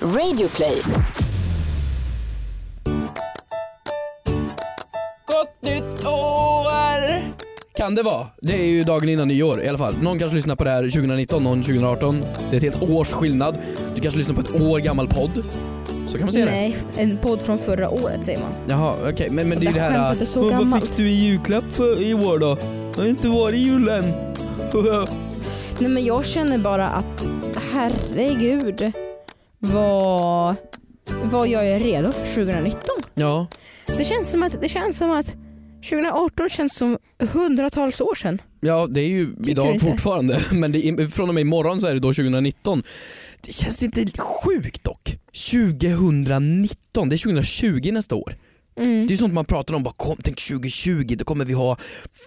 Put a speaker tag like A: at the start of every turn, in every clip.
A: Radioplay.
B: Gott nytt år! Kan det vara. Det är ju dagen innan nyår i alla fall. Någon kanske lyssnar på det här 2019, någon 2018. Det är ett helt års skillnad. Du kanske lyssnar på ett år gammal podd. Så kan man se det.
C: Nej, en podd från förra året säger man.
B: Jaha, okej. Men, men det är ju det
C: Det här
B: här... äh,
C: skämtet är så "Åh, vad gammalt." fick
B: du i julklapp för i år då? Jag har inte varit i julen.
C: Nej men jag känner bara att herregud vad, vad jag är redo för 2019.
B: ja,
C: Det känns som att, det känns som att 2018 känns som hundratals år sedan.
B: Ja, det är ju
C: du
B: idag
C: inte?
B: fortfarande, men det är, från och med imorgon så är det då 2019. Det känns inte sjukt dock. 2019, det är 2020 nästa år.
C: Mm.
B: Det är ju sånt man pratar om, bara kom, tänk 2020, då kommer vi ha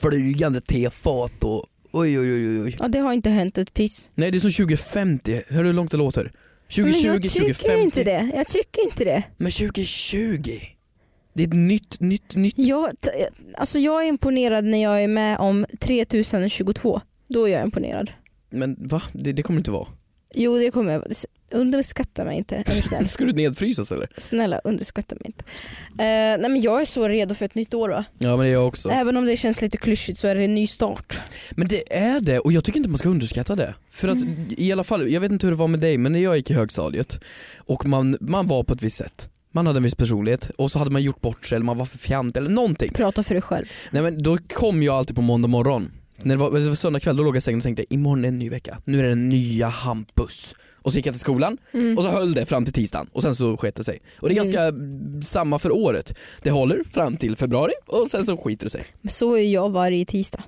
B: flygande tefat och oj oj oj oj.
C: Ja, det har inte hänt ett piss.
B: Nej det är som 2050, hör du hur långt det låter? 2020,
C: men jag tycker
B: 2050.
C: inte det. Jag tycker inte det.
B: Men 2020, det är ett nytt, nytt, nytt.
C: Jag, t- alltså jag är imponerad när jag är med om 3022. Då är jag imponerad.
B: Men va? Det, det kommer det inte vara.
C: Jo det kommer jag s- Underskatta mig inte. Är du snäll?
B: Ska du nedfrysas eller?
C: Snälla underskatta mig inte. Eh, nej men jag är så redo för ett nytt år va?
B: Ja men det är jag också.
C: Även om det känns lite klyschigt så är det en ny start.
B: Men det är det och jag tycker inte man ska underskatta det. För att
C: Mm.
B: i alla fall, jag vet inte hur det var med dig men när jag gick i högstadiet och man, man var på ett visst sätt. Man hade en viss personlighet och så hade man gjort bort sig eller man var för fjantig eller någonting.
C: Prata för dig själv.
B: Nej men då kom jag alltid på måndag morgon. När det var, när det var söndag kväll då låg jag i sängen och tänkte imorgon är en ny vecka. Nu är det den nya Hampus. Och så gick jag till skolan
C: Mm.
B: och så höll det fram till tisdagen och sen så sket det sig. Och det är ganska samma för året. Det håller fram till februari och sen så skiter det sig.
C: Men så är jag varje tisdag.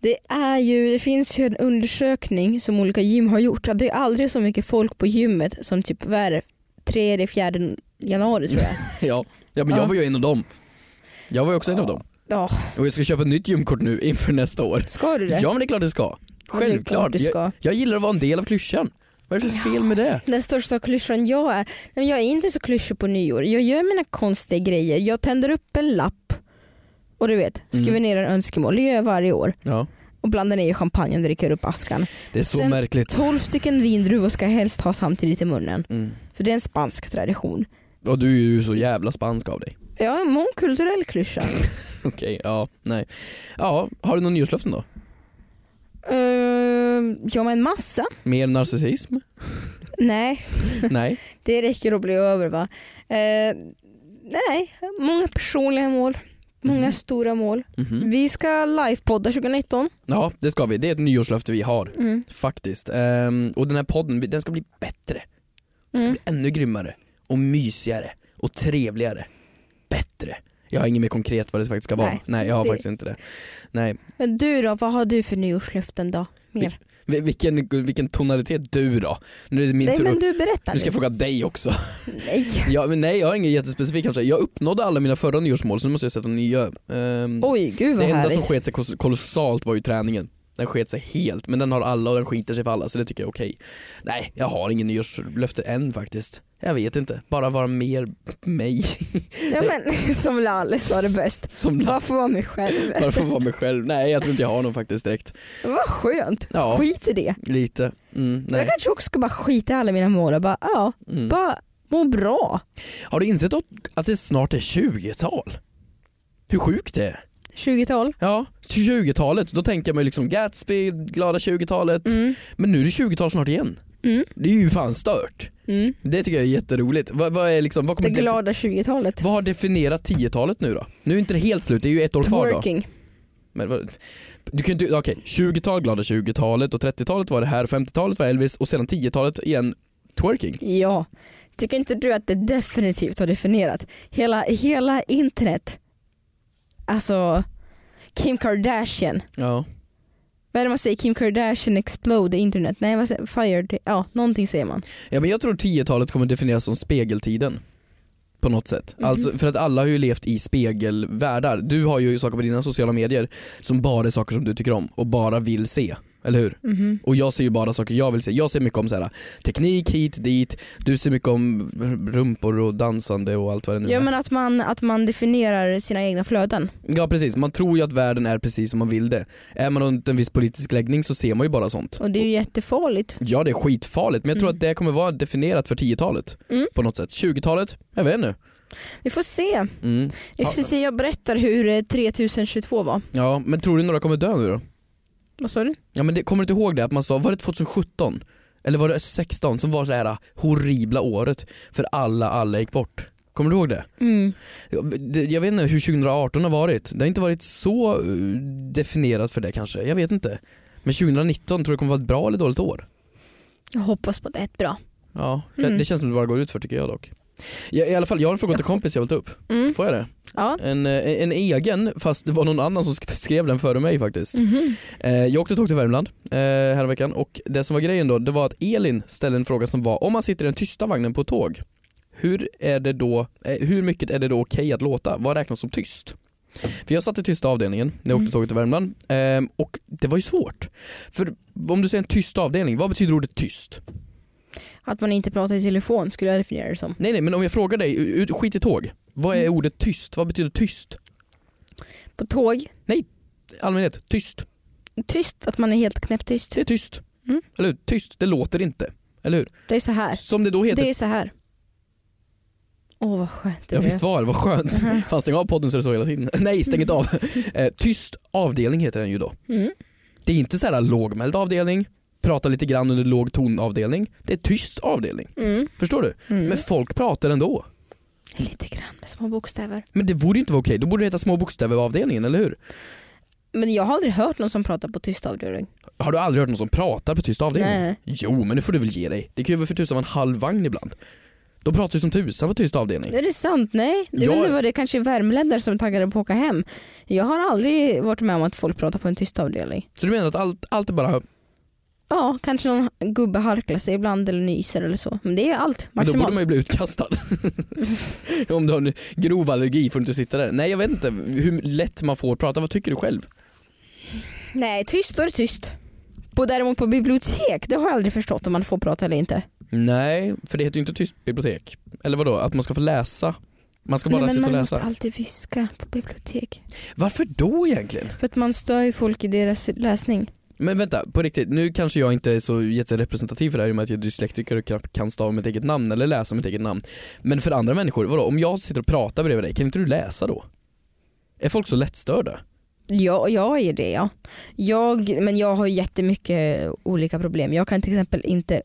C: Det är ju, det finns ju en undersökning som olika gym har gjort. att Det är aldrig så mycket folk på gymmet som typ, vad är det, tredje, fjärde januari tror jag.
B: Ja, ja men jag
C: Ja.
B: var ju en av dem. Jag var ju också en av dem.
C: Ja,
B: Och jag ska köpa ett nytt gymkort nu inför nästa år.
C: ska du det?
B: Ja men det är klart det ska.
C: Ja, det är
B: Självklart.
C: klart du ska.
B: Jag, jag gillar att vara en del av klyschan. Vad är det för fel med det?
C: Den största klyschan jag är. Nej, men Jag är inte så klyschig på nyår. Jag gör mina konstiga grejer. Jag tänder upp en lapp och du vet, skriver
B: Mm.
C: ner en önskemål. Det gör jag varje år.
B: Ja.
C: Och blandar ner i champagne och dricker upp askan.
B: Det är så
C: Sen-
B: märkligt.
C: 12 stycken vindruvor ska jag helst ha samtidigt i munnen.
B: Mm.
C: För det är en spansk tradition.
B: Och du är ju så jävla spansk av dig.
C: Jag är en mångkulturell klyscha.
B: Okej, ja, nej. Ja, har du någon nyårslöften då?
C: uh, ja men massa.
B: Mer narcissism?
C: Nej,
B: nej.
C: det räcker att bli över va. Eh, nej, många personliga mål. Många stora mål.
B: Mhm.
C: Vi ska livepodda 2019.
B: Ja, det ska vi. Det är ett nyårslöfte vi har.
C: Mm.
B: Faktiskt. Ehm, och den här podden, vi- den ska bli bättre. Den ska
C: Mm.
B: bli ännu grymmare och mysigare och trevligare. Bättre. Jag har inget mer konkret vad det faktiskt ska vara. Nej,
C: Nej,
B: jag har
C: det-
B: faktiskt inte det. Nej.
C: Men du då, vad har du för nyårslöften då? Mer?
B: Vi- Vilken, vilken tonalitet du då? Nu är det min
C: Nej
B: tur
C: men
B: att-
C: du berättar
B: nu ska jag
C: nu.
B: fråga dig också.
C: Nej.
B: Ja, men nej jag har inget jättespecifikt kanske. Jag uppnådde alla mina förra nyårsmål så nu måste jag sätta nya. Ehm,
C: Oj gud
B: det
C: vad
B: enda
C: härligt.
B: som sket sig kos- kolossalt var ju träningen. Den sket sig helt men den har alla och den skiter sig för alla så det tycker jag är okej. Nej jag har ingen nyårslöfte än faktiskt. Jag vet inte, bara vara mer mig.
C: Ja, men, som Lalle sa det bäst.
B: Som
C: Bara få vara mig själv.
B: Bara för att vara mig själv. Nej jag tror inte jag har någon faktiskt direkt.
C: Vad skönt.
B: Ja,
C: Skit i det.
B: lite. Mm,
C: Jag
B: nej.
C: kanske också ska bara skita i alla mina mål och bara, ja,
B: Mm.
C: bara må bra.
B: Har du insett att- att det snart är 20-tal? Hur sjukt det är?
C: 20-tal.
B: Ja, 20-talet, då tänker man ju liksom Gatsby, glada 20-talet.
C: Mm.
B: Men nu är det 20-tal snart igen.
C: Mm.
B: Det är ju fan stört.
C: Mm.
B: Det tycker jag är jätteroligt. Vad, vad, är liksom, vad,
C: Det
B: kommer defi-
C: glada 20-talet.
B: vad har definierat 10-talet nu då? Nu är inte det helt slut, det är ju ett år kvar då.
C: Twerking.
B: Men, vad- du kan ju inte, okej, 20-tal glada 20-talet och 30-talet var det här, 50-talet var Elvis och sedan 10-talet igen twerking.
C: Ja. Tycker inte du att det definitivt har definierat hela, hela internet? Alltså Kim Kardashian.
B: Ja.
C: Vad är det man säger? Kim Kardashian explode internet? Nej vad säger Fired? Ja, någonting säger man.
B: Ja men jag tror 10-talet kommer definieras som spegeltiden. På något sätt.
C: Mhm.
B: Alltså, för att alla har ju levt i spegelvärldar. Du har ju saker på dina sociala medier som bara är saker som du tycker om och bara vill se. eller hur?
C: Mhm.
B: Och jag ser ju bara saker jag vill se. Jag ser mycket om så här, teknik hit, dit. Du ser mycket om rumpor och dansande och allt vad det nu
C: Ja
B: är.
C: men att man, att man definierar sina egna flöden.
B: Ja precis, man tror ju att världen är precis som man vill det. Är man runt en viss politisk läggning så ser man ju bara sånt.
C: Och det är ju jättefarligt.
B: Ja det är skitfarligt men jag tror
C: Mm.
B: att det kommer vara definierat för 10-talet
C: Mm.
B: på något sätt. 20-talet? Jag vet inte.
C: Vi får se.
B: Mm.
C: Vi får se, jag berättar hur eh, 3022 var.
B: Ja men tror du några kommer dö nu då?
C: Vad sa du?
B: Ja men det, kommer du inte ihåg det att man sa, var det 2017? Eller var det 16 som var det här horribla året för alla, alla gick bort? Kommer du ihåg det?
C: Mm.
B: Jag- det- Jag vet inte hur 2018 har varit. Det har inte varit så eh, definierat för det kanske. Jag vet inte. Men 2019, tror du det kommer vara ett bra eller dåligt år?
C: Jag hoppas på att det är ett bra.
B: Ja, det-
C: Mm.
B: det känns som det bara går ut för tycker jag dock. Jag, I alla fall, jag har en fråga till kompis jag vill ta upp.
C: Mm.
B: Får jag det?
C: Ja.
B: En, eh, en egen, fast det var någon annan som sk- skrev den före mig faktiskt.
C: Mhm.
B: Eh, jag åkte tåg till Värmland eh, häromveckan och det som var grejen då, det var att Elin ställde en fråga som var om man sitter i den tysta vagnen på tåg, hur, är det då, eh, hur mycket är det då okej att låta? Vad räknas som tyst? För jag satt i tysta avdelningen när jag åkte
C: Mm.
B: tåget till Värmland ehm, och det var ju svårt. För om du säger en tyst avdelning, vad betyder ordet tyst?
C: Att man inte pratar i telefon skulle jag definiera det som.
B: Nej nej men om jag frågar dig, u- ut- skit i tåg, vad är
C: Mm.
B: ordet tyst? Vad betyder tyst?
C: På tåg,
B: Allmänhet, tyst.
C: tyst, att man är helt knäpptyst.
B: Det är tyst.
C: Mm.
B: Eller hur? Tyst, det låter inte. Eller hur?
C: Det är så här.
B: Som det då heter
C: Det är så här. Åh vad skönt det
B: Ja
C: blev.
B: visst var det, vad skönt. Fan stäng av podden så är det så hela tiden. Nej stäng inte av. Eh, tyst avdelning heter den ju då.
C: Mm.
B: Det är inte så här lågmäld avdelning, prata lite grann under låg ton avdelning. Det är tyst avdelning.
C: Mm.
B: Förstår du?
C: Mm.
B: Men folk pratar ändå.
C: Lite grann med små bokstäver.
B: Men det borde ju inte vara okej, då borde det heta små bokstäver i avdelningen, eller hur?
C: Men jag har aldrig hört någon som pratar på tyst avdelning.
B: Har du aldrig hört någon som pratar på tyst avdelning?
C: Nej.
B: Jo, men det får du väl ge dig. Det kan ju vara för tusan vara en halv vagn ibland. De pratar ju som tusan på tyst avdelning.
C: Är det sant? Nej. Jag
B: Jag-
C: vet inte vad det är kanske är värmländare som är taggade på att åka hem. Jag har aldrig varit med om att folk pratar på en tyst avdelning.
B: Så du menar att allt, allt är bara...
C: Ja, kanske någon gubbe harklar sig ibland eller nyser eller så. Men det är allt.
B: Men då borde
C: Maximalt.
B: man ju bli utkastad. Om du har en grov allergi får du inte sitta där. Nej jag vet inte hur lätt man får prata, vad tycker du själv?
C: Nej, tyst då är det tyst. På, däremot på bibliotek, det har jag aldrig förstått om man får prata eller inte.
B: Nej, för det heter ju inte tyst bibliotek. Eller vadå, att man ska få läsa? Man ska bara
C: Nej, men
B: sitta
C: man
B: och läsa?
C: måste alltid viska på bibliotek.
B: Varför då egentligen?
C: För att man stör ju folk i deras läsning.
B: Men vänta, på riktigt, nu kanske jag inte är så jätterepresentativ för det här i och med att jag är dyslektiker och knappt kan stava mitt eget namn eller läsa mitt eget namn. Men för andra människor, vadå, om jag sitter och pratar bredvid dig, kan inte du läsa då? Är folk så lättstörda?
C: Ja, jag är det ja. Jag, men jag har jättemycket olika problem. Jag kan till exempel inte,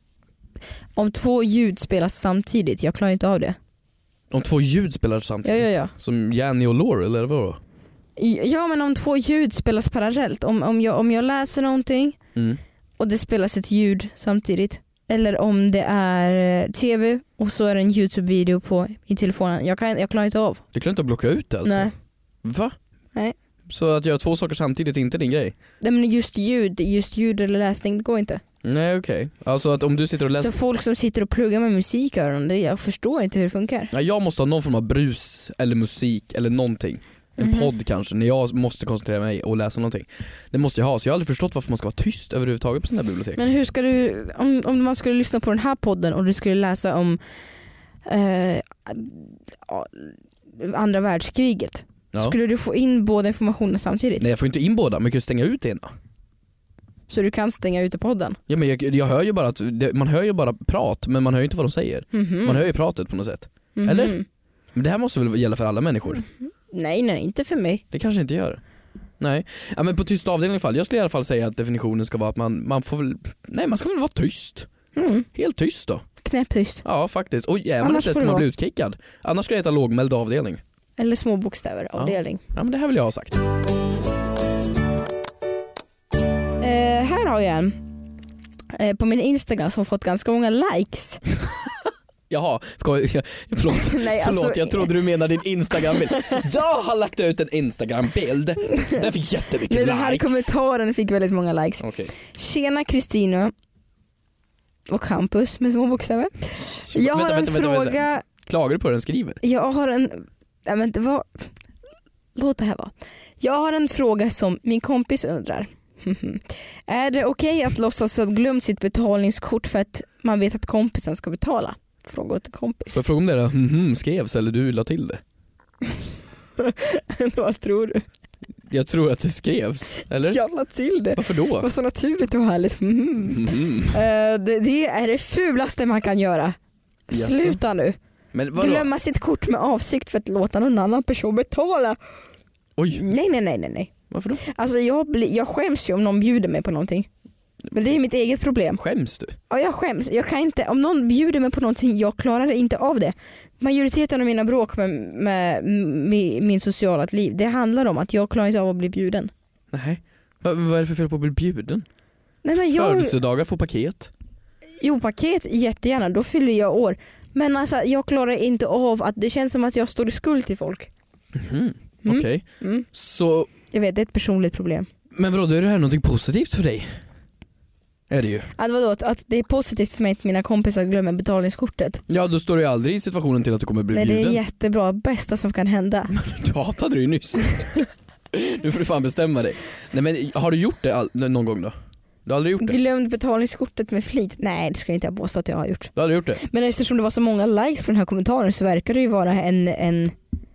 C: om två ljud spelas samtidigt, jag klarar inte av det.
B: Om två ljud spelar
C: Ja,
B: samtidigt?
C: ja, ja.
B: Som Janny och Laurel eller vadå?
C: ja men om två ljud spelas parallellt, om, om, jag, om jag läser någonting
B: Mm.
C: och det spelas ett ljud samtidigt. Eller om det är eh, tv och så är det en Youtube-video på i telefonen. Jag, kan, jag klarar inte av.
B: Du klarar inte att blocka ut det alltså?
C: Nej.
B: Va?
C: Nej.
B: Så att göra två saker samtidigt är inte din grej?
C: Nej men just ljud, just ljud eller läsning, det går inte.
B: Nej okej. Alltså att om du sitter och läser
C: Så folk som sitter och pluggar med musik i öronen, det- jag förstår inte hur det funkar.
B: ja, Jag måste ha någon form av brus eller musik eller någonting. En
C: Mhm.
B: podd kanske, när jag måste koncentrera mig och läsa någonting. Det måste jag ha, så jag har aldrig förstått varför man ska vara tyst överhuvudtaget på sina bibliotek.
C: Men hur ska du, om, om man skulle lyssna på den här podden och du skulle läsa om eh, ja, andra världskriget,
B: ja.
C: skulle du få in båda informationen samtidigt?
B: Nej jag får inte in båda, men jag kan ju stänga ut ena.
C: Så du kan stänga ute podden?
B: Ja, men jag, jag hör ju bara att, det, man hör ju bara prat men man hör ju inte vad de säger.
C: Mhm.
B: Man hör ju pratet på något sätt.
C: Mhm.
B: eller? Men det här måste väl gälla för alla människor?
C: Nej, nej, inte för mig.
B: Det kanske inte gör. Nej, ja, men på tyst avdelning i alla fall. Jag skulle i alla fall säga att definitionen ska vara att man, man får väl, nej man ska väl vara tyst.
C: Mm.
B: Helt tyst då.
C: Knäpptyst.
B: Ja faktiskt. Och är man
C: Annars
B: inte det
C: får
B: ska
C: det
B: man
C: vara.
B: bli utkickad. Annars ska det heta lågmäld avdelning.
C: Eller små bokstäver,
B: Ja.
C: avdelning.
B: Ja men det här vill jag ha sagt.
C: Eh, här har jag en eh, på min Instagram som fått ganska många likes.
B: Jaha, kom- jag- förlåt.
C: Nej,
B: Förlåt,
C: alltså-
B: jag trodde du menade din Instagram-bild. Jag har lagt ut en Instagram-bild. Den fick jättemycket
C: Nej, den
B: likes.
C: här kommentaren fick väldigt många likes.
B: Okej.
C: Tjena Kristina och Campus med små bokstäver. Jag har
B: Vänta,
C: en
B: vänta, vänta, vänta.
C: fråga.
B: Klagar du på hur den skriver?
C: Jag har en... Nej, men det var... Låt det här vara. Jag har en fråga som min kompis undrar. Är det okej att låtsas ha glömt sitt betalningskort för att man vet att kompisen ska betala? Frågor till kompis.
B: Får jag fråga om det då? Mhm, skrevs eller du la till det?
C: Vad tror du?
B: Jag tror att det skrevs, eller?
C: Jag la till det.
B: Varför då?
C: Vad så naturligt och härligt. Mm.
B: Mhm.
C: Eh, det, det är det fulaste man kan göra.
B: Jaså?
C: Sluta nu.
B: Men vadå?
C: Glömma sitt kort med avsikt för att låta någon annan person betala.
B: Oj,
C: Nej nej nej nej. nej.
B: varför då?
C: Alltså jag, blir, jag skäms ju om någon bjuder mig på någonting. Men det är mitt eget problem.
B: Skäms du?
C: Ja, jag skäms. Jag kan inte, om någon bjuder mig på någonting, jag klarar inte av det. Majoriteten av mina bråk med, med, med min sociala liv, det handlar om att jag klarar inte av att bli bjuden.
B: Nej. Va- Vad är det för fel på att bli bjuden?
C: Nej, men jag,
B: Födelsedagar får paket.
C: jo, paket jättegärna, då fyller jag år. Men alltså, jag klarar inte av att det känns som att jag står i skuld till folk.
B: Mhm.
C: Mm.
B: Okej,
C: Mm.
B: så
C: Jag vet, det är ett personligt problem.
B: Men vadå, då är det här någonting positivt för dig? Är det ju.
C: Att, vadå, att, att det är positivt för mig att mina kompisar glömmer betalningskortet.
B: Ja, då står du ju aldrig i situationen till att du kommer bli
C: Nej, det är
B: bjuden.
C: jättebra, bästa som kan hända.
B: Du hatade det ju nyss. nu får du fan bestämma dig. Nej men har du gjort det all- någon gång då? Du har aldrig gjort det?
C: Glömd betalningskortet med flit? Nej, det skulle jag inte ha påstått att jag har gjort.
B: Du har aldrig gjort det?
C: Men eftersom det var så många likes på den här kommentaren så verkar det ju vara en... en...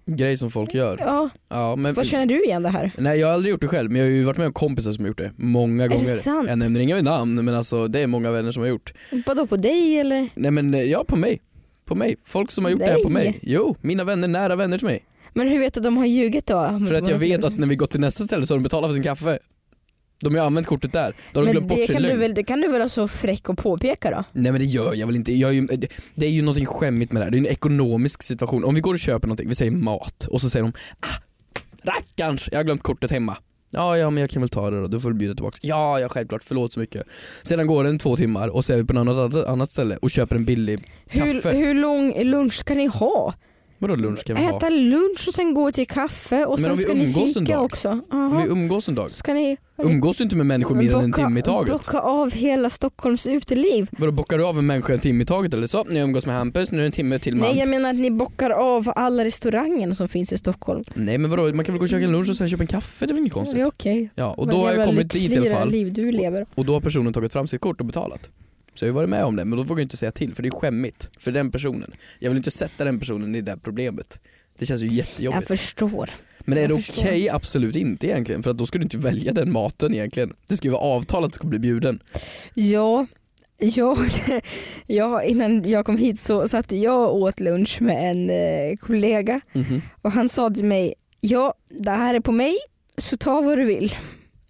B: Grej som folk gör.
C: Ja,
B: Ja, men...
C: vad känner du igen det här?
B: Nej jag har aldrig gjort det själv men jag har ju varit med om kompisar som har gjort det många
C: det
B: gånger.
C: sant?
B: Jag nämner inga namn men alltså det är många vänner som har gjort.
C: Vadå på dig eller?
B: Nej men eh, ja på mig. På mig. Folk som har gjort det här på
C: Nej.
B: mig. Jo, mina vänner, nära vänner till mig.
C: Men hur vet du att de har ljugit då? Om
B: För
C: det
B: att jag
C: var-
B: vet att när vi går till nästa ställe så har de betalat för sin kaffe. De har ju använt kortet där. Då har de
C: Men
B: glömt bort
C: det
B: sin
C: kan, du
B: lögn.
C: väl, det kan du väl vara så fräck och påpeka då?
B: Nej men det gör jag väl inte. Jag är ju, det- det är ju någonting skämmigt med det här. Det är en ekonomisk situation. Om vi går och köper någonting, vi säger mat och så säger de ah, rackarns, jag har glömt kortet hemma. Ja, ja men jag kan väl ta det då, du får du bjuda tillbaka. Ja, ja självklart, förlåt så mycket. Sedan går det en två timmar och så är vi på något annat- annat ställe och köper en billig,
C: Hur,
B: Kaffe.
C: hur lång lunch ska ni ha?
B: vadå lunch kan vi ha?
C: Äta lunch och sen gå till kaffe och
B: Men om
C: sen
B: vi
C: ska ni
B: umgås en
C: fika
B: dag?
C: också.
B: Om
C: Aha.
B: vi umgås en dag?
C: Ska ni
B: Umgås du inte med människor mer än en
C: bocka-
B: timme i taget?
C: bocka av hela Stockholms uteliv?
B: Vadå bockar du av en människa en timme i taget eller så? Nu umgås med Hampus, nu är det en timme till man.
C: Nej jag menar att ni bockar av alla restauranger som finns i Stockholm.
B: Nej men vadå, man kan väl gå och käka en lunch och sen köpa en kaffe, det är väl inget
C: Ja,
B: konstigt?
C: Okej,
B: Ja, och
C: Vad
B: då har
C: jävla
B: jag kommit dit i alla
C: lyxlirare
B: fall
C: liv du lever.
B: och då har personen tagit fram sitt kort och betalat. Så jag har ju varit med om det, men då vågar jag inte säga till för det är skämmigt för den personen. Jag vill inte sätta den personen i det här problemet. Det känns ju
C: Jag
B: jättejobbigt.
C: förstår.
B: Men är
C: jag
B: det
C: förstår.
B: okej? Absolut inte egentligen, för att då ska du inte välja den maten egentligen. Det ska ju vara avtalat att du ska bli bjuden.
C: Ja, jag, jag, innan jag kom hit så satt jag och åt lunch med en eh, kollega
B: Mhm.
C: och han sa till mig ja det här är på mig så ta vad du vill.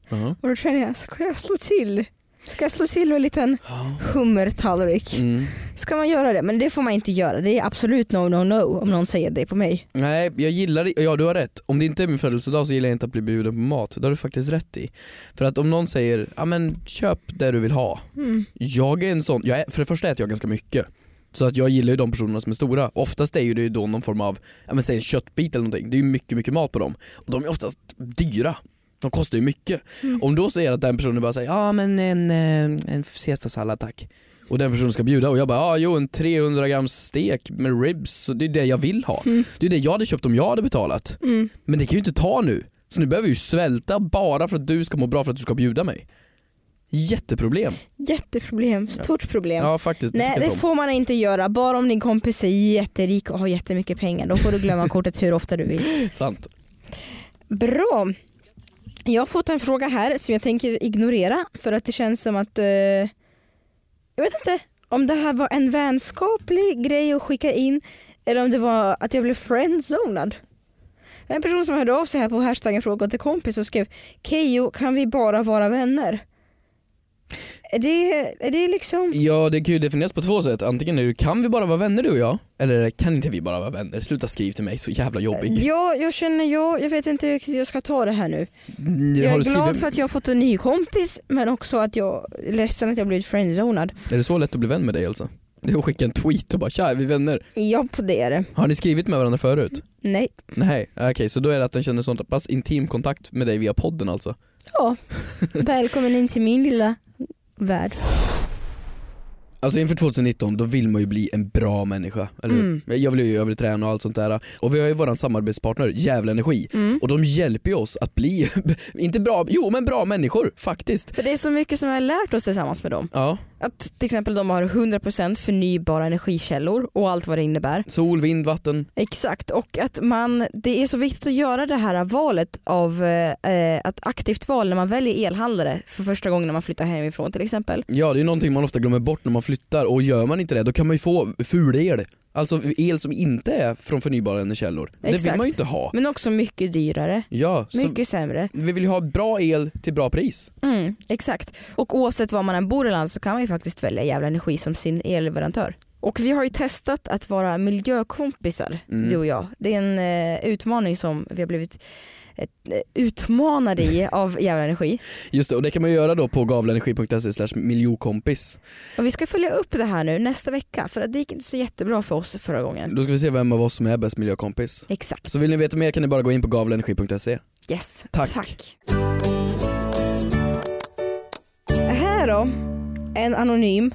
B: Jaha.
C: Och då känner jag ska jag slå till? Ska jag slå till med en liten
B: Ja.
C: hummertallrik?
B: Mm.
C: Ska man göra det? Men det får man inte göra. Det är absolut no no no om någon säger det på mig.
B: Nej, jag gillar det. Ja, du har rätt. Om det inte är min födelsedag så gillar jag inte att bli bjuden på mat. Det har du faktiskt rätt i. För att om någon säger, ja men köp det du vill ha.
C: Mm.
B: Jag är en sån, jag är, för det första äter jag ganska mycket. Så att jag gillar ju de personerna som är stora. Oftast är ju det ju då någon form av, ja men säg en köttbit eller någonting. Det är ju mycket, mycket mat på dem. Och de är oftast dyra. De kostar ju mycket. Om då säger att den personen bara säger, ja men en, eh, en caesarsallad tack. Och den personen ska bjuda och jag bara, ja jo en 300 gram stek med ribs. Och det är det jag vill ha.
C: Mm.
B: Det är det jag hade köpt om jag hade betalat.
C: Mm.
B: Men det kan jag ju inte ta nu. Så nu behöver jag ju svälta bara för att du ska må bra för att du ska bjuda mig. Jätteproblem.
C: Jätteproblem, stort problem.
B: Ja faktiskt. det
C: Nej
B: tycker jag
C: det
B: inte om.
C: får man inte göra, bara om din kompis är jätterik och har jättemycket pengar. Då får du glömma kortet hur ofta du vill.
B: Sant.
C: Bra. Jag har fått en fråga här som jag tänker ignorera för att det känns som att... Eh, jag vet inte om det här var en vänskaplig grej att skicka in eller om det var att jag blev friendzonad. En person som hörde av sig här på hashtaggen fråga till kompis och skrev Kejo kan vi bara vara vänner? Är det, är det liksom...
B: Ja det kan ju definieras på två sätt. Antingen är det kan vi bara vara vänner du och jag? Eller är det, kan inte vi bara vara vänner? Sluta skriv till mig så jävla jobbig.
C: Ja, jag känner, jag, jag vet inte riktigt hur jag ska ta det här nu.
B: Mm,
C: Jag
B: har
C: är
B: du
C: glad
B: skrivit-
C: för att jag har fått en ny kompis men också att jag är ledsen att jag blivit friendzonad.
B: Är det så lätt att bli vän med dig alltså? Det är att skicka en tweet och bara tja är vi vänner?
C: Ja, på det är det.
B: Har ni skrivit med varandra förut?
C: Nej.
B: Nej, okej så då är det att den känner sånt pass intim kontakt med dig via podden alltså?
C: Ja. Välkommen in till min lilla värld.
B: Alltså inför 2019 då vill man ju bli en bra människa, eller hur?
C: Mm.
B: Jag vill ju jag vill träna och allt sånt där. Och vi har ju våran samarbetspartner Jävla Energi
C: Mm.
B: och de hjälper ju oss att bli, inte bra, jo men bra människor faktiskt.
C: För det är så mycket som vi har lärt oss tillsammans med dem.
B: Ja,
C: Att till exempel de har 100% förnybara energikällor och allt vad det innebär.
B: sol, vind, vatten.
C: Exakt och att man, det är så viktigt att göra det här valet av eh, att aktivt val när man väljer elhandlare för första gången när man flyttar hemifrån till exempel.
B: Ja det är ju någonting man ofta glömmer bort när man flyttar och gör man inte det då kan man ju få ful-el. Alltså el som inte är från förnybara energikällor. Det vill
C: Exakt.
B: man ju inte ha.
C: Men också mycket dyrare,
B: Ja, så
C: mycket sämre.
B: vi vill ju ha bra el till bra pris.
C: Mm, exakt. Och oavsett var man än bor i landet så kan man ju faktiskt välja Jävla Energi som sin elleverantör. Och vi har ju testat att vara miljökompisar,
B: Mm.
C: du och jag. Det är en eh, utmaning som vi har blivit eh, utmanade i av Jävla Energi.
B: Just det, och det kan man ju göra då på gavlenergi.se slash miljokompis.
C: Och vi ska följa upp det här nu nästa vecka för att det gick inte så jättebra för oss förra gången.
B: Då ska vi se vem av oss som är bäst miljökompis.
C: Exakt.
B: Så vill ni veta mer kan ni bara gå in på gavlenergi.se.
C: Yes.
B: Tack.
C: Här då, en anonym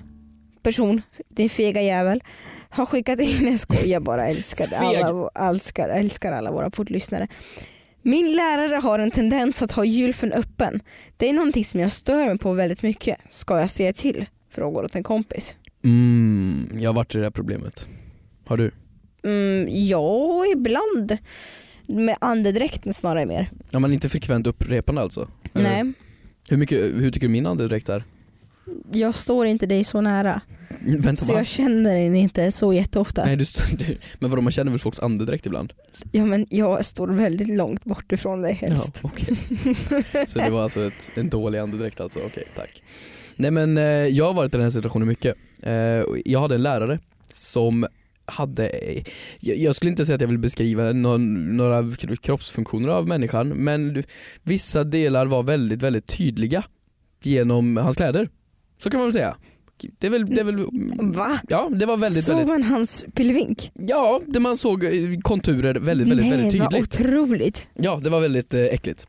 C: person, din fega jävel, har skickat in, jag skojar bara, älskar
B: Feg.
C: alla, älskar, älskar alla våra poddlyssnare. Min lärare har en tendens att ha gylfen öppen. Det är någonting som jag stör mig på väldigt mycket. Ska jag säga till? Frågar åt en kompis.
B: Mm, jag har varit i det här problemet. Har du?
C: Mm, ja, ibland. Med andedräkten snarare mer.
B: Ja men inte frekvent upprepande alltså? Eller?
C: Nej,
B: Hur, mycket, hur tycker du min andedräkt är?
C: jag står inte dig så nära.
B: Vänta
C: Så
B: va?
C: jag känner dig inte så jätteofta.
B: Nej du, st- du, men vadå man känner väl folks andedräkt ibland?
C: Ja men jag står väldigt långt bort ifrån dig helst.
B: Ja, okej. Så det var alltså ett, en dålig andedräkt alltså, okej tack. Nej men eh, jag har varit i den här situationen mycket. Eh, och Jag hade en lärare som hade, eh, jag jag skulle inte säga att jag vill beskriva någon, några kroppsfunktioner av människan men du- vissa delar var väldigt väldigt tydliga genom hans kläder. Så kan man väl säga. Det är väl, det är väl
C: Va?
B: Ja det var väldigt
C: Såg
B: väldigt,
C: man hans pillevink?
B: ja det man såg eh, konturer väldigt väldigt,
C: Nej,
B: väldigt
C: vad
B: tydligt.
C: otroligt.
B: Ja, det var väldigt eh, äckligt.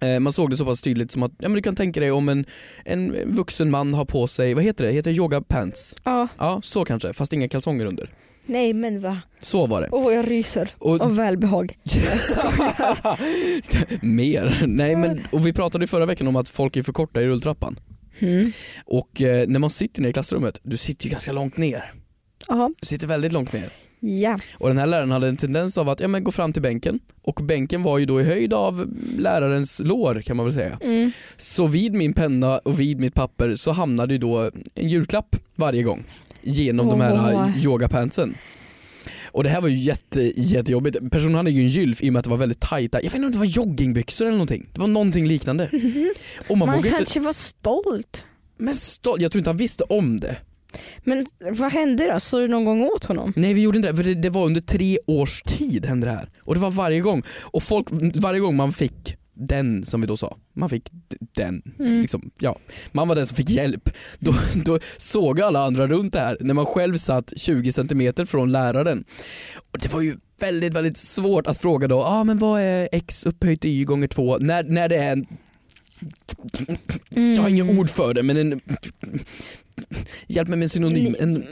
B: Eh, man såg det så pass tydligt som att, ja men du kan tänka dig om en, en vuxen man har på sig, vad heter det, heter det yoga pants?
C: Ja,
B: Ja, så kanske, fast inga kalsonger under.
C: nej men va?
B: Så var det.
C: Åh jag ryser
B: Och,
C: av välbehag.
B: Mer. Nej men, och vi pratade ju förra veckan om att folk är för korta i rulltrappan.
C: Mm.
B: Och eh, när man sitter ner i klassrummet, du sitter ju ganska långt ner.
C: Ja.
B: Du sitter väldigt långt ner.
C: ja,
B: Och den här läraren hade en tendens av att, ja men gå fram till bänken. Och bänken var ju då i höjd av lärarens lår kan man väl säga.
C: mm.
B: Så vid min penna och vid mitt papper så hamnade ju då en julklapp varje gång genom de här
C: Åh.
B: yogapantsen. Och det här var ju jätte, jättejobbigt. Personen hade ju en gylf i och med att det var väldigt tajta, jag vet inte om det var joggingbyxor eller någonting. Det var någonting liknande. Och man,
C: Man,
B: vågade inte,
C: kanske var stolt.
B: men stol, jag tror inte han visste om det.
C: Men vad hände då? Såg du någon gång åt honom?
B: Nej vi gjorde inte det, för det, det var under tre års tid hände det här. Och det var varje gång. Och folk, varje gång man fick den som vi då sa, man fick d- den
C: Mm.
B: liksom, ja, man var den som fick hjälp. Då, då såg alla andra runt det här när man själv satt 20 centimeter från läraren. Och det var ju väldigt, väldigt svårt att fråga då, ah, men vad är x upphöjt till y gånger 2 när, när det är en
C: Mm.
B: jag har inga ord för det men en... Hjälp mig med en synonym. En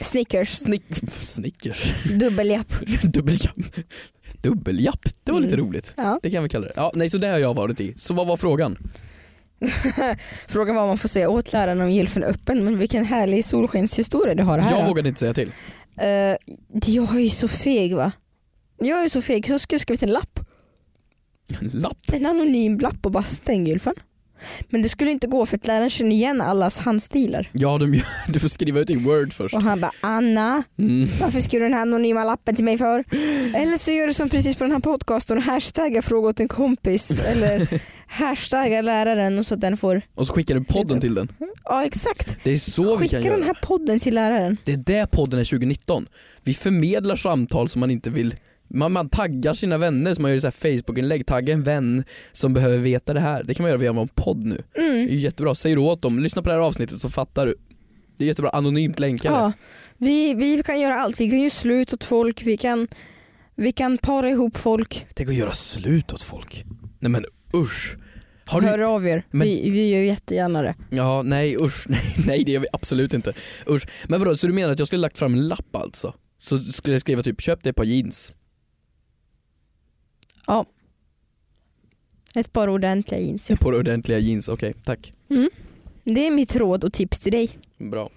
C: Snickers,
B: snick... Snickers.
C: dubbeljapp.
B: Dubbeljapp. Dubbeljapp, det var lite
C: Mm.
B: roligt.
C: Ja.
B: Det kan vi kalla det. Ja, nej, så det har jag varit i. Så vad var frågan?
C: Frågan var om man får säga åt läraren om gylfen är öppen men vilken härlig solskenshistoria du har här.
B: Jag
C: då.
B: vågade inte säga till.
C: Eh, jag är ju så feg va? Jag är så feg så jag skulle skrivit en lapp.
B: En lapp?
C: En anonym lapp och bara stäng gylfen. Men det skulle inte gå för att läraren känner igen allas handstilar.
B: Ja, de, du får skriva ut i word först.
C: Och han bara Anna,
B: Mm.
C: varför skriver du den här anonyma lappen till mig för? Eller så gör du som precis på den här podcasten och hashtaggar fråga åt en kompis eller hashtaggar läraren och så att den får,
B: Och så skickar du podden till den.
C: ja exakt.
B: Det är så vi
C: Skicka
B: kan
C: den
B: göra.
C: här podden till läraren.
B: Det är det podden är 2019. Vi förmedlar samtal som man inte vill man, man taggar sina vänner som man gör i så här Facebook-inlägg, tagga en vän som behöver veta det här. Det kan man göra via en podd nu. Det är
C: Mm.
B: ju jättebra, säg då åt dem, lyssna på det här avsnittet så fattar du. Det är jättebra, anonymt länkade.
C: Ja, vi, vi kan göra allt. Vi kan ju sluta åt folk, vi kan, vi kan para ihop folk.
B: Tänk att göra slut åt folk. Nej men usch. Har du...
C: Hör av er,
B: Men-
C: vi, vi gör jättegärna det.
B: Ja, nej usch, nej, nej det gör vi absolut inte. Usch. Men vadå, så du menar att jag skulle lagt fram en lapp alltså? Så skulle jag skriva typ köp dig ett par jeans?
C: Ett par ordentliga jeans. ja.
B: Ett par ordentliga jeans, okej tack.
C: Mm. Det är mitt råd och tips till dig.
B: Bra.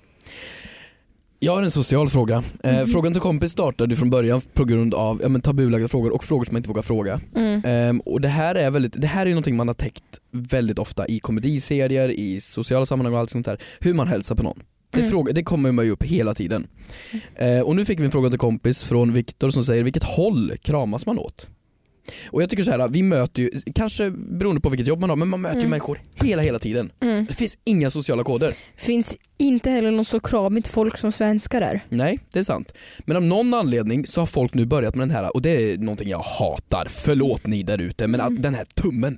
B: Jag har en social fråga. Eh,
C: Mhm.
B: frågan till kompis startade ju från början på grund av ja, men tabulagda frågor och frågor som man inte vågar fråga.
C: Mm.
B: Ehm, och det här är väldigt, det här är ju någonting man har täckt väldigt ofta i komediserier, i sociala sammanhang och allt sånt där. Hur man hälsar på någon. Det,
C: Mm.
B: fråga, det kommer man ju upp hela tiden. Eh, och nu fick vi en fråga till kompis från Viktor som säger vilket håll kramas man åt? Och jag tycker så här, vi möter ju, kanske beroende på vilket jobb man har, men man möter ju
C: Mm.
B: människor hela hela tiden.
C: Mm.
B: Det finns inga sociala koder.
C: Finns inte heller något så kramigt folk som svenskar är.
B: Nej, det är sant. Men av någon anledning så har folk nu börjat med den här, och det är någonting jag hatar, förlåt ni där ute, men att,
C: Mm.
B: den här tummen.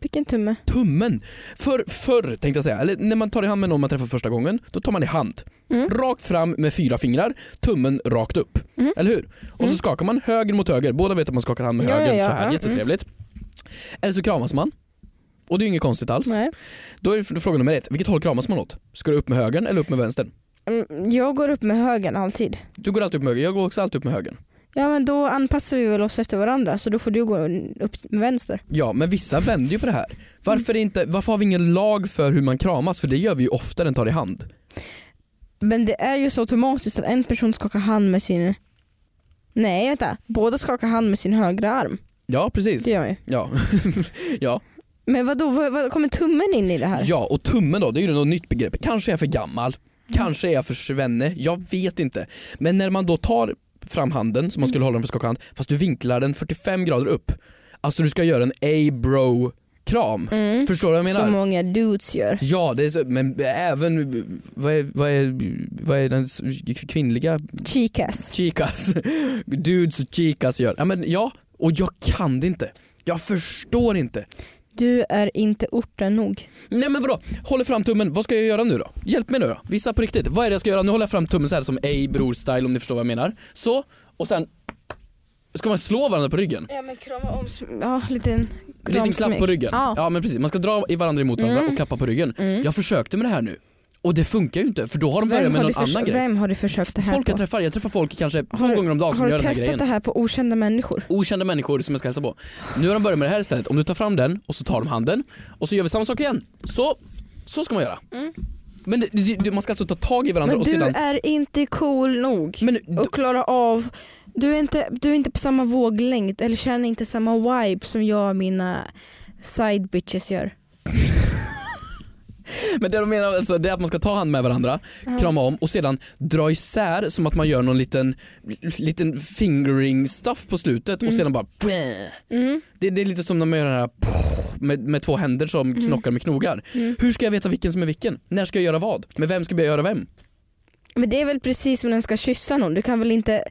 C: Vilken tumme.
B: tummen. För, förr tänkte jag säga, eller när man tar i hand med någon man träffar första gången, då tar man i hand.
C: Mm.
B: Rakt fram med fyra fingrar, tummen rakt upp.
C: Mm.
B: Eller hur? Och så
C: Mm.
B: skakar man höger mot höger, båda vet att man skakar hand med
C: Ja, ja,
B: höger
C: ja. Mm.
B: så här,
C: Ja,
B: jättetrevligt. Eller så kramas man. Och det är ju inget konstigt alls.
C: Nej.
B: Då är det fråga nummer ett, vilket håll kramas man åt? Ska du upp med högern eller upp med vänstern?
C: Mm, Jag går upp med högen alltid.
B: Du går alltid upp med högern, jag går också alltid upp med högern.
C: Ja men då anpassar vi väl oss efter varandra så då får du gå upp med vänster.
B: Ja, men vissa vänder ju på det här. Varför,
C: Mm.
B: är inte, varför har vi ingen lag för hur man kramas? För det gör vi ju oftare än tar i hand.
C: Men det är ju så automatiskt att en person skakar hand med sin... Nej vänta, båda skakar hand med sin högra arm.
B: Ja, precis.
C: Det gör vi.
B: Ja. ja.
C: Men vadå, vad, vad kommer tummen in i det här?
B: Ja, och tummen då, det är ju något nytt begrepp. Kanske är jag för gammal, kanske är jag för svenne, jag vet inte. Men när man då tar fram handen, som man
C: Mm.
B: skulle hålla den för att skaka hand, fast du vinklar den 45 grader upp. Alltså du ska göra en A-bro-kram.
C: Mm.
B: Förstår du vad jag
C: Som
B: menar?
C: många dudes gör.
B: Ja, det är så, men även, vad är, vad är, vad är den s- kvinnliga
C: Chicas.
B: chicas? Dudes och chicas gör. Ja, men ja, och jag kan det inte. Jag förstår inte.
C: Du är inte orten nog.
B: Nej men vadå? Håller fram tummen, vad ska jag göra nu då? Hjälp mig nu då, visa på riktigt. Vad är det jag ska göra? Nu håller jag fram tummen så här som ej bror style om ni förstår vad jag menar. Så, och sen ska man slå varandra på ryggen.
C: Ja men krama om... Ja, liten
B: Liten klapp på ryggen.
C: Ja.
B: Ja men precis, man ska dra i varandra emot varandra
C: Mm.
B: och klappa på ryggen.
C: Mm.
B: Jag försökte med det här nu och det funkar ju inte för då har de börjat
C: Vem
B: med
C: har, du
B: någon
C: förs-
B: annan grej.
C: vem har du försökt det här
B: Folk
C: på?
B: jag träffar, jag träffar folk kanske
C: Har
B: två
C: du-
B: gånger om dagen som
C: har
B: gör
C: du
B: den här
C: testat
B: grejen.
C: det här på okända människor?
B: Okända människor som jag ska hälsa på. Nu har de börjat med det här istället. Om du tar fram den och så tar de handen och så gör vi samma sak igen. Så, så ska man göra.
C: Mm.
B: Men det, det, det, man ska alltså ta tag i varandra
C: Men
B: och
C: du
B: sedan
C: är inte cool nog
B: Men du,
C: att klara av du är, inte, du är inte på samma våglängd eller känner inte samma vibe som jag och mina side bitches gör.
B: men det de menar alltså, det är att man ska ta hand med varandra, krama om och sedan dra isär som att man gör någon liten, liten fingering stuff på slutet och
C: Mm.
B: sedan bara
C: Mm.
B: det, det är lite som när man gör den här med, med två händer som knockar med knogar.
C: Mm.
B: Hur ska jag veta vilken som är vilken? När ska jag göra vad? Med vem ska jag göra vem?
C: Men det är väl precis som när man ska kyssa någon. Du kan väl inte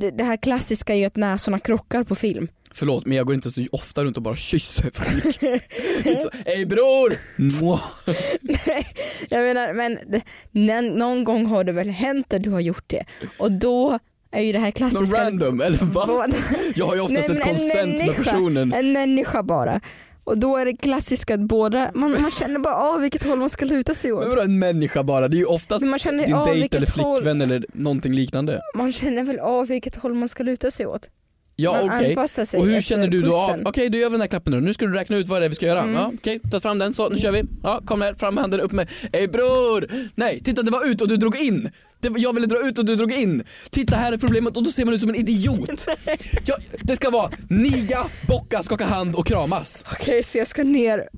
C: det, det här klassiska är ju att näsorna krockar på film.
B: Förlåt men jag går inte så ofta runt och bara kysser folk. Det är inte så, Ey bror! Mwah.
C: Jag menar, men det, nä- någon gång har det väl hänt att du har gjort det och då är ju det här
B: Någon
C: klassiska...
B: random eller va?
C: Vad-
B: Jag har ju oftast
C: Nej,
B: ett
C: men
B: konsent med
C: människa.
B: personen.
C: En människa bara. Och då är det klassiskt att båda, man, man känner bara av vilket håll man ska luta sig
B: Men
C: åt.
B: vadå en människa bara? Det är ju oftast
C: Men man känner
B: din
C: av
B: dejt
C: vilket
B: eller
C: håll,
B: flickvän eller någonting liknande.
C: Man känner väl av vilket håll man ska luta sig åt.
B: Ja
C: man
B: okej.
C: anpassar sig
B: Och hur
C: efter
B: känner du då av?
C: pushen.
B: Okej då gör vi den här klappen nu. Nu ska du räkna ut vad det är vi ska göra.
C: Mm.
B: Ja, okej, ta fram den så nu kör vi. Ja, kom här, fram med handen, upp med. Ey bror! Nej, titta det var ut och du drog in. Det, jag ville dra ut och du drog in. Titta här är problemet och då ser man ut som en idiot. Ja, det ska vara niga, bocka, skaka hand och kramas.
C: Okej så jag ska ner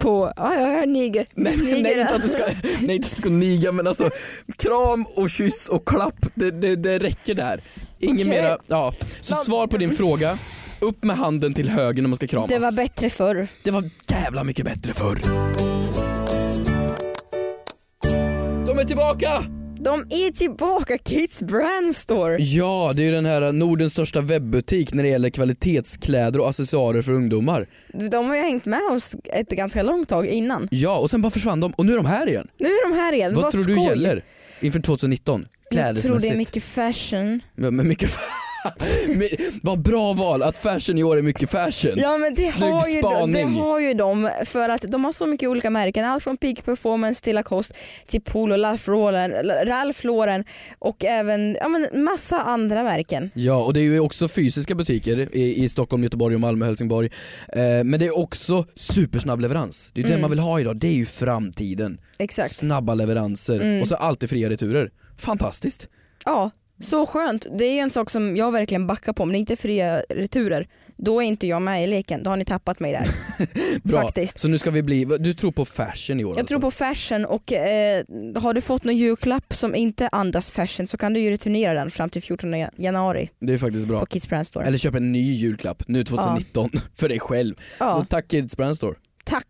C: på, ja ja jag är niger.
B: Nej,
C: niger.
B: nej inte att du ska, nej inte ska niga men alltså kram och kyss och klapp det, det, det räcker där. Ingen
C: Okej.
B: mera, ja. Så
C: Vad-
B: svar på din fråga, upp med handen till höger när man ska kramas.
C: Det var bättre förr.
B: det var jävla mycket bättre förr. De är tillbaka!
C: De är tillbaka, Kids Brand Store.
B: Ja, det är ju den här Nordens största webbutik när det gäller kvalitetskläder och accessoarer för ungdomar.
C: De har ju hängt med oss ett ganska långt tag innan.
B: Ja, och sen bara försvann de och nu är de här igen.
C: Nu är de här igen,
B: Vad
C: vad
B: tror
C: skoj.
B: du gäller inför 2019?
C: Jag tror det är
B: Klädesmässigt.
C: mycket fashion.
B: Men men mycket Men, vad bra val att fashion i år är mycket fashion.
C: Ja men det
B: Snygg
C: har, ju de, det
B: spaning.
C: har ju de för att de har så mycket olika märken. Allt från Peak Performance till Lacoste till Polo, Ralph Lauren, Ralph Lauren och även ja, men massa andra märken.
B: Ja, och det är ju också fysiska butiker i, i Stockholm, Göteborg, och Malmö, Helsingborg. Eh, men det är också supersnabb leverans. Det är ju
C: Mm.
B: det man vill ha idag, det är ju framtiden.
C: Exakt.
B: Snabba leveranser
C: Mm.
B: och så alltid fria returer. Fantastiskt.
C: Ja, så skönt. Det är en sak som jag verkligen backar på. Om det inte är fria returer, då är inte jag med i leken. Då har ni tappat mig där.
B: Bra.
C: Faktiskt.
B: Så nu ska vi bli, du tror på fashion i år
C: Jag
B: alltså?
C: tror på fashion och eh, har du fått någon julklapp som inte andas fashion så kan du ju returnera den fram till 14 januari
B: Det är faktiskt bra.
C: på Kids Brand Store.
B: Eller köp en ny julklapp nu 2019 för dig själv.
C: Ja.
B: Så tack Kids Brand Store.
C: Tack.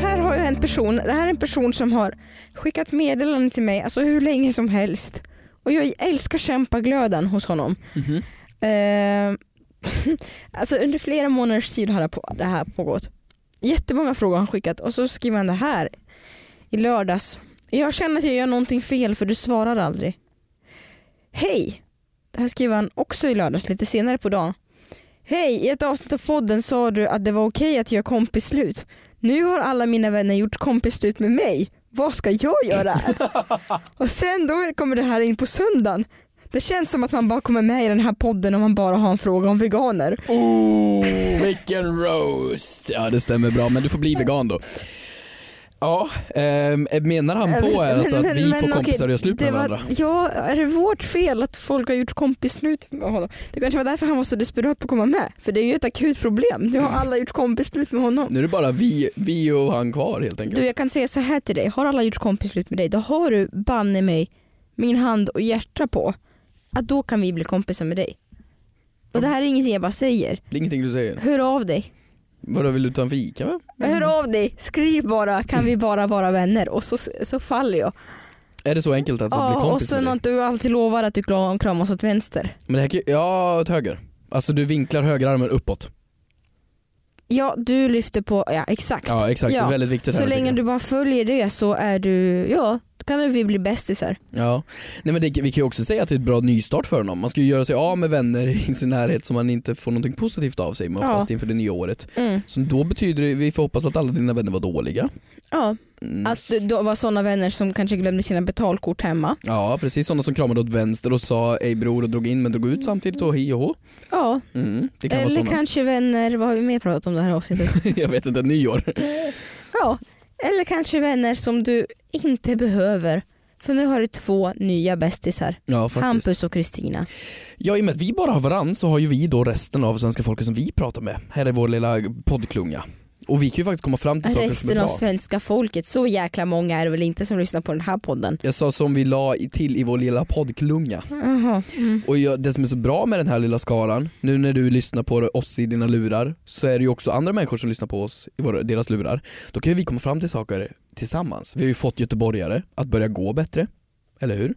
C: Här har jag en person, det här är en person som har skickat meddelanden till mig alltså hur länge som helst. Och jag älskar kämpaglöden hos honom. Eh, alltså under flera månaders tid har det på- det här pågått. Jättemånga frågor har han skickat och så skriver han det här i lördags. Jag känner att jag gör någonting fel för du svarar aldrig. Hej! Det här skriver han också i lördags lite senare på dagen. Hej, i ett avsnitt av podden sa du att det var okej att göra kompis slut. Nu har alla mina vänner gjort kompis slut med mig. Vad ska jag göra? och sen då kommer det här in på söndagen. Det känns som att man bara kommer med i den här podden om man bara har en fråga om veganer.
B: Oh, vilken roast! Ja det stämmer bra, men du får bli vegan då. Ja, ehm, menar han på här alltså att vi får
C: okej,
B: kompisar och gör slut
C: det
B: med
C: var-
B: varandra?
C: Ja, är det vårt fel att folk har gjort kompis slut med honom? Det kanske var därför han var så desperat på att komma med. För det är ju ett akut problem. Nu har alla gjort kompis slut med honom.
B: Nu är det bara vi, vi och han kvar helt enkelt.
C: Du jag kan säga så här till dig, har alla gjort kompis slut med dig då har du banne mig min hand och hjärta på att då kan vi bli kompisar med dig. Och det här är ingenting jag bara säger.
B: Det är ingenting du säger.
C: Hör av dig.
B: Vadå vill du ta en fika? Va?
C: Hör av dig. Skriv bara kan vi bara vara vänner och så, så faller jag.
B: Är det så enkelt att alltså, bli
C: ja, och
B: kompis
C: sen
B: med dig?
C: att du alltid lovar att du kram- kramas åt vänster.
B: Men det här, kan ju- Ja, åt höger. Alltså du vinklar högerarmen uppåt.
C: Ja du lyfter på, ja exakt.
B: Ja exakt, det
C: Ja.
B: är väldigt viktigt.
C: så
B: här, tycker
C: länge
B: jag.
C: du bara följer det så är du, ja då kan vi bli bästisar.
B: Ja. Nej, men det, vi kan ju också säga att det är ett bra nystart för honom. Man ska ju göra sig av med vänner i sin närhet som man inte får någonting positivt av sig med
C: Ja.
B: oftast inför det nya året.
C: Mm.
B: Så då betyder det, vi får hoppas att alla dina vänner var dåliga.
C: Ja,
B: Mm.
C: att det då var sådana vänner som kanske glömde sina betalkort hemma.
B: Ja precis, sådana som kramade åt vänster och sa ej bror och drog in men drog ut samtidigt och hi och hå.
C: Ja,
B: Mm, det kan
C: eller
B: vara sådana.
C: kanske vänner, vad har vi mer pratat om det här avsnittet?
B: jag vet inte, nyår.
C: ja, eller kanske vänner som du inte behöver. För nu har du två nya bästisar,
B: Ja faktiskt.
C: Hampus och Kristina.
B: Ja i och med att vi bara har varann så har ju vi då resten av svenska folket som vi pratar med. Här är vår lilla poddklunga. Och vi kan ju faktiskt komma fram till saker som är
C: Resten av
B: bra.
C: svenska folket, så jäkla många är det väl inte som lyssnar på den här podden.
B: Jag sa som vi la i- till i vår lilla poddklunga.
C: Jaha. Mm.
B: Och jag, det som är så bra med den här lilla skaran, nu när du lyssnar på oss i dina lurar, så är det ju också andra människor som lyssnar på oss i våra, deras lurar. Då kan ju vi komma fram till saker tillsammans. Vi har ju fått göteborgare att börja gå bättre, eller hur?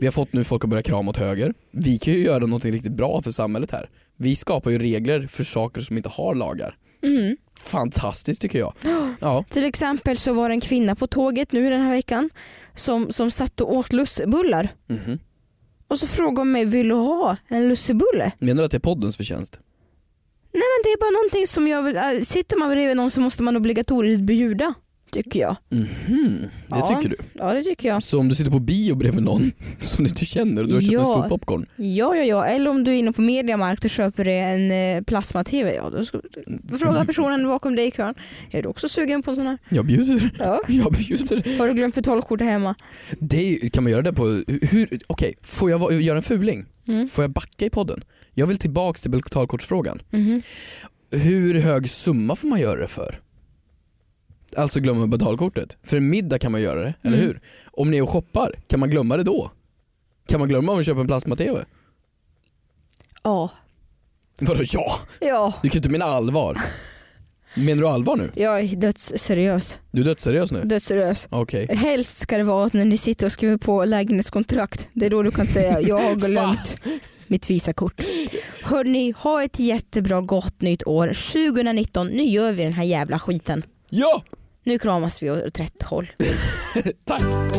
B: Vi har fått nu folk att börja krama åt höger. Vi kan ju göra någonting riktigt bra för samhället här. Vi skapar ju regler för saker som inte har lagar.
C: Mm.
B: Fantastiskt tycker jag. Ja,
C: Till exempel så var det en kvinna på tåget nu den här veckan som, som satt och åt lussebullar.
B: mhm.
C: Och så frågade hon mig, vill du ha en lussebulle?
B: Menar du att det är poddens förtjänst?
C: Nej men det är bara någonting som jag vill, äh, sitter man bredvid någon så måste man obligatoriskt bjuda. Tycker jag.
B: Mhm, det
C: Ja.
B: tycker du.
C: Ja det tycker jag.
B: Så om du sitter på bio bredvid någon som du inte känner och du har köpt en
C: Ja.
B: stor popcorn,
C: Ja ja ja, eller om du är inne på Mediamarkt och köper dig en eh, plasma-tv. Ja, då ska, fråga personen bakom dig i kön, är du också sugen på en sån här?
B: jag bjuder.
C: Ja.
B: Jag bjuder.
C: Har du glömt betalkortet hemma?
B: Det är, ju- kan man göra det på, hur, okej, får jag va- göra en fuling?
C: Mm.
B: Får jag backa i podden? Jag vill tillbaks till betalkortsfrågan. Hur hög summa får man göra det för? Alltså glömma betalkortet. För en middag kan man göra det, eller
C: Mm.
B: hur? Om ni är och shoppar, kan man glömma det då? Kan man glömma om man köper en plasma-tv?
C: Ja.
B: Vadå ja?
C: Ja.
B: Du kan ju inte mena allvar. Menar du allvar nu?
C: Jag är dödsseriös.
B: Du är dödsseriös nu?
C: Dödsseriös.
B: Okej.
C: Helst ska det vara att när ni sitter och skriver på lägenhetskontrakt. Det är då du kan säga jag har glömt mitt visakort. Hörni, ha ett jättebra gott nytt år 2019. Nu gör vi den här jävla skiten.
B: Ja!
C: Nu kramas vi åt rätt håll.
B: Tack!